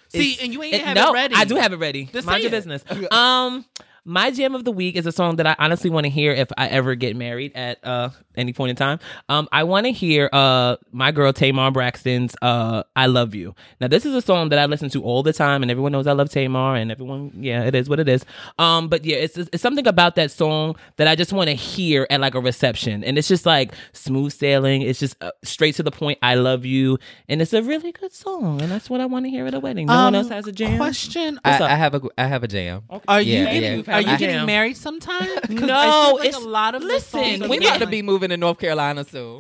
C: See,
D: is-
C: and you ain't have it
D: no,
C: ready.
D: I do have it ready.
C: Just
D: Mind
C: say
D: your
C: it.
D: business. Um. My jam of the week is a song that I honestly want to hear if I ever get married at uh, any point in time. Um, I want to hear uh, my girl Tamar Braxton's uh, "I Love You." Now, this is a song that I listen to all the time, and everyone knows I love Tamar, and everyone, yeah, it is what it is. Um, but yeah, it's, it's something about that song that I just want to hear at like a reception, and it's just like smooth sailing. It's just uh, straight to the point. I love you, and it's a really good song, and that's what I want to hear at a wedding. No one
C: Um,
D: else has a jam.
C: Question:
B: I,
D: What's up?
B: I have a I have a jam
C: Are you
B: Yeah,
C: getting,
B: yeah.
C: are you
B: I-
C: getting
D: Jam.
C: married sometime? 'Cause I feel
D: No,
C: like
D: it's-
C: a lot of the
D: listen,
C: songs are
B: we
D: we about
B: about
D: to
B: to
C: like-
B: be moving to north carolina soon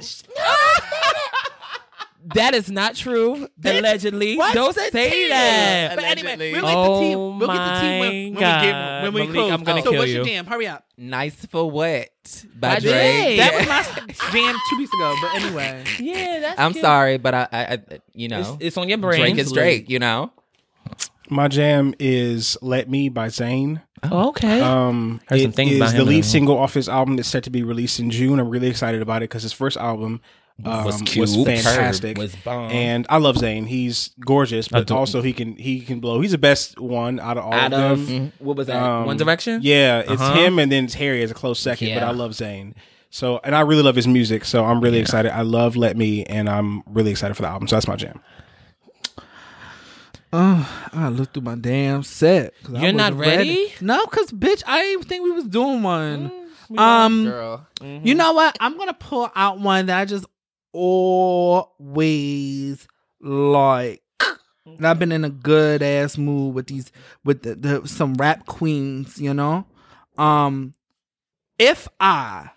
D: that is not true. allegedly,
C: What's
D: don't
C: the
D: say
C: tea?
D: that.
C: But
B: Allegedly.
C: anyway, we'll get the tea. We'll get the tea when,
D: Oh
C: when we
D: my
C: get when we
D: God.
C: close.
D: Malik, I'm gonna
C: so
D: kill
C: what's your
D: you.
C: jam? Hurry up.
B: Nice for what? By
D: By
B: Drake.
D: Drake.
C: That
D: Yeah.
C: was my jam two weeks ago. But anyway,
D: Yeah, that's.
B: I'm
D: cute.
B: sorry, but I, I, I you
D: It's,
B: know,
D: it's on your brain.
B: Drake is Drake. You know,
E: My jam is Let Me by Zayn.
D: Oh, okay.
E: Um,
D: Heard some
E: it
D: things
E: is
D: about him
E: the
D: that I
E: lead
D: don't-
E: single off his album that's set to be released in June. I'm really excited about it because his first album um, was, fantastic,
D: Was bomb.
E: and I love Zayn. He's gorgeous, but
D: Adore-
E: also he can he can blow. He's the best one out of all
D: out of
E: of them.
B: Mm-hmm.
D: what was that?
E: Um,
D: One Direction.
E: Yeah, it's
D: Uh-huh.
E: him, and then it's Harry as a close second. But
D: Yeah.
E: I love Zayn. So, and I really love his music. So I'm really excited. I love Let Me, and I'm really excited for the album. So that's my jam.
C: oh, I looked through my damn set. 'cause I
D: You're not
C: wasn't
D: ready?
C: No, because bitch, I didn't think we was doing
D: Mm,
C: one. um,
B: girl.
D: Mm-hmm.
C: you know what? I'm gonna pull out one that I just always like. And I've been in a good ass mood with these with the, the some rap queens, you know. Um, if I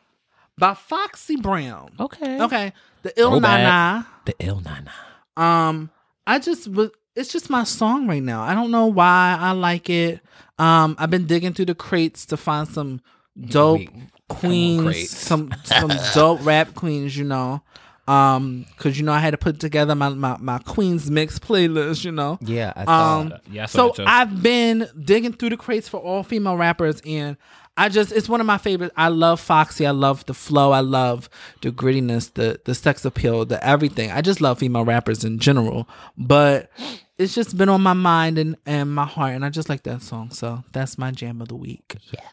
C: by Foxy Brown.
D: Okay.
C: Okay, the ill
D: Throwback.
C: nana.
D: The ill nana.
C: Um, I just was. It's just my song right now. I don't know why I like it. Um, I've been digging through the crates to find some dope
B: We-
C: queens,
B: crates.
C: some some dope rap queens. You know, um, because you know I had to put together my my, my queens mix playlist. You know,
B: Yeah, I saw
C: um,
B: that.
D: Yeah, I saw
C: so
D: that too.
C: I've been digging through the crates for all female rappers, and I just it's one of my favorites. I love Foxy. I love the flow. I love the grittiness, the the sex appeal, the everything. I just love female rappers in general. But it's just been on my mind and, and my heart, and I just like that song. So that's my jam of the week. Yeah.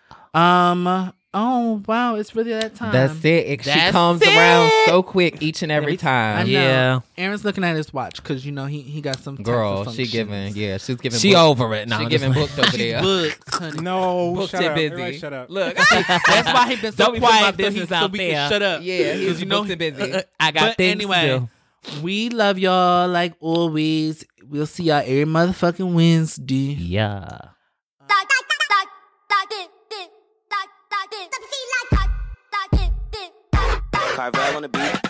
C: Um. Oh wow, it's really that time.
B: That's it. it she
D: That's
B: comes
D: it.
B: around so quick each and every
D: Every
C: I
B: time.
C: know.
D: Yeah.
C: Aaron's looking at his watch because you know he, he got some. types of
B: Girl, she
C: functions.
B: giving. Yeah, she's giving.
D: She
B: book-
D: over it. No,
B: she
D: I'm
B: giving
D: just-
B: booked over there.
C: Booked, honey.
E: No,
B: Booked
E: shut
B: and
E: up.
B: busy.
E: Everybody shut up.
B: Look,
C: That's why he been so
D: Don't be putting my
C: quiet so he,
D: business
C: so
D: out
C: we can
D: there.
C: shut up.
B: yeah,
C: because
B: he's
C: you know
B: booked and busy.
D: I got
C: But
D: things
C: anyway,
D: to do.
C: we love y'all like always. We'll see y'all every motherfucking Wednesday.
D: Yeah.
A: Carvel on the beat.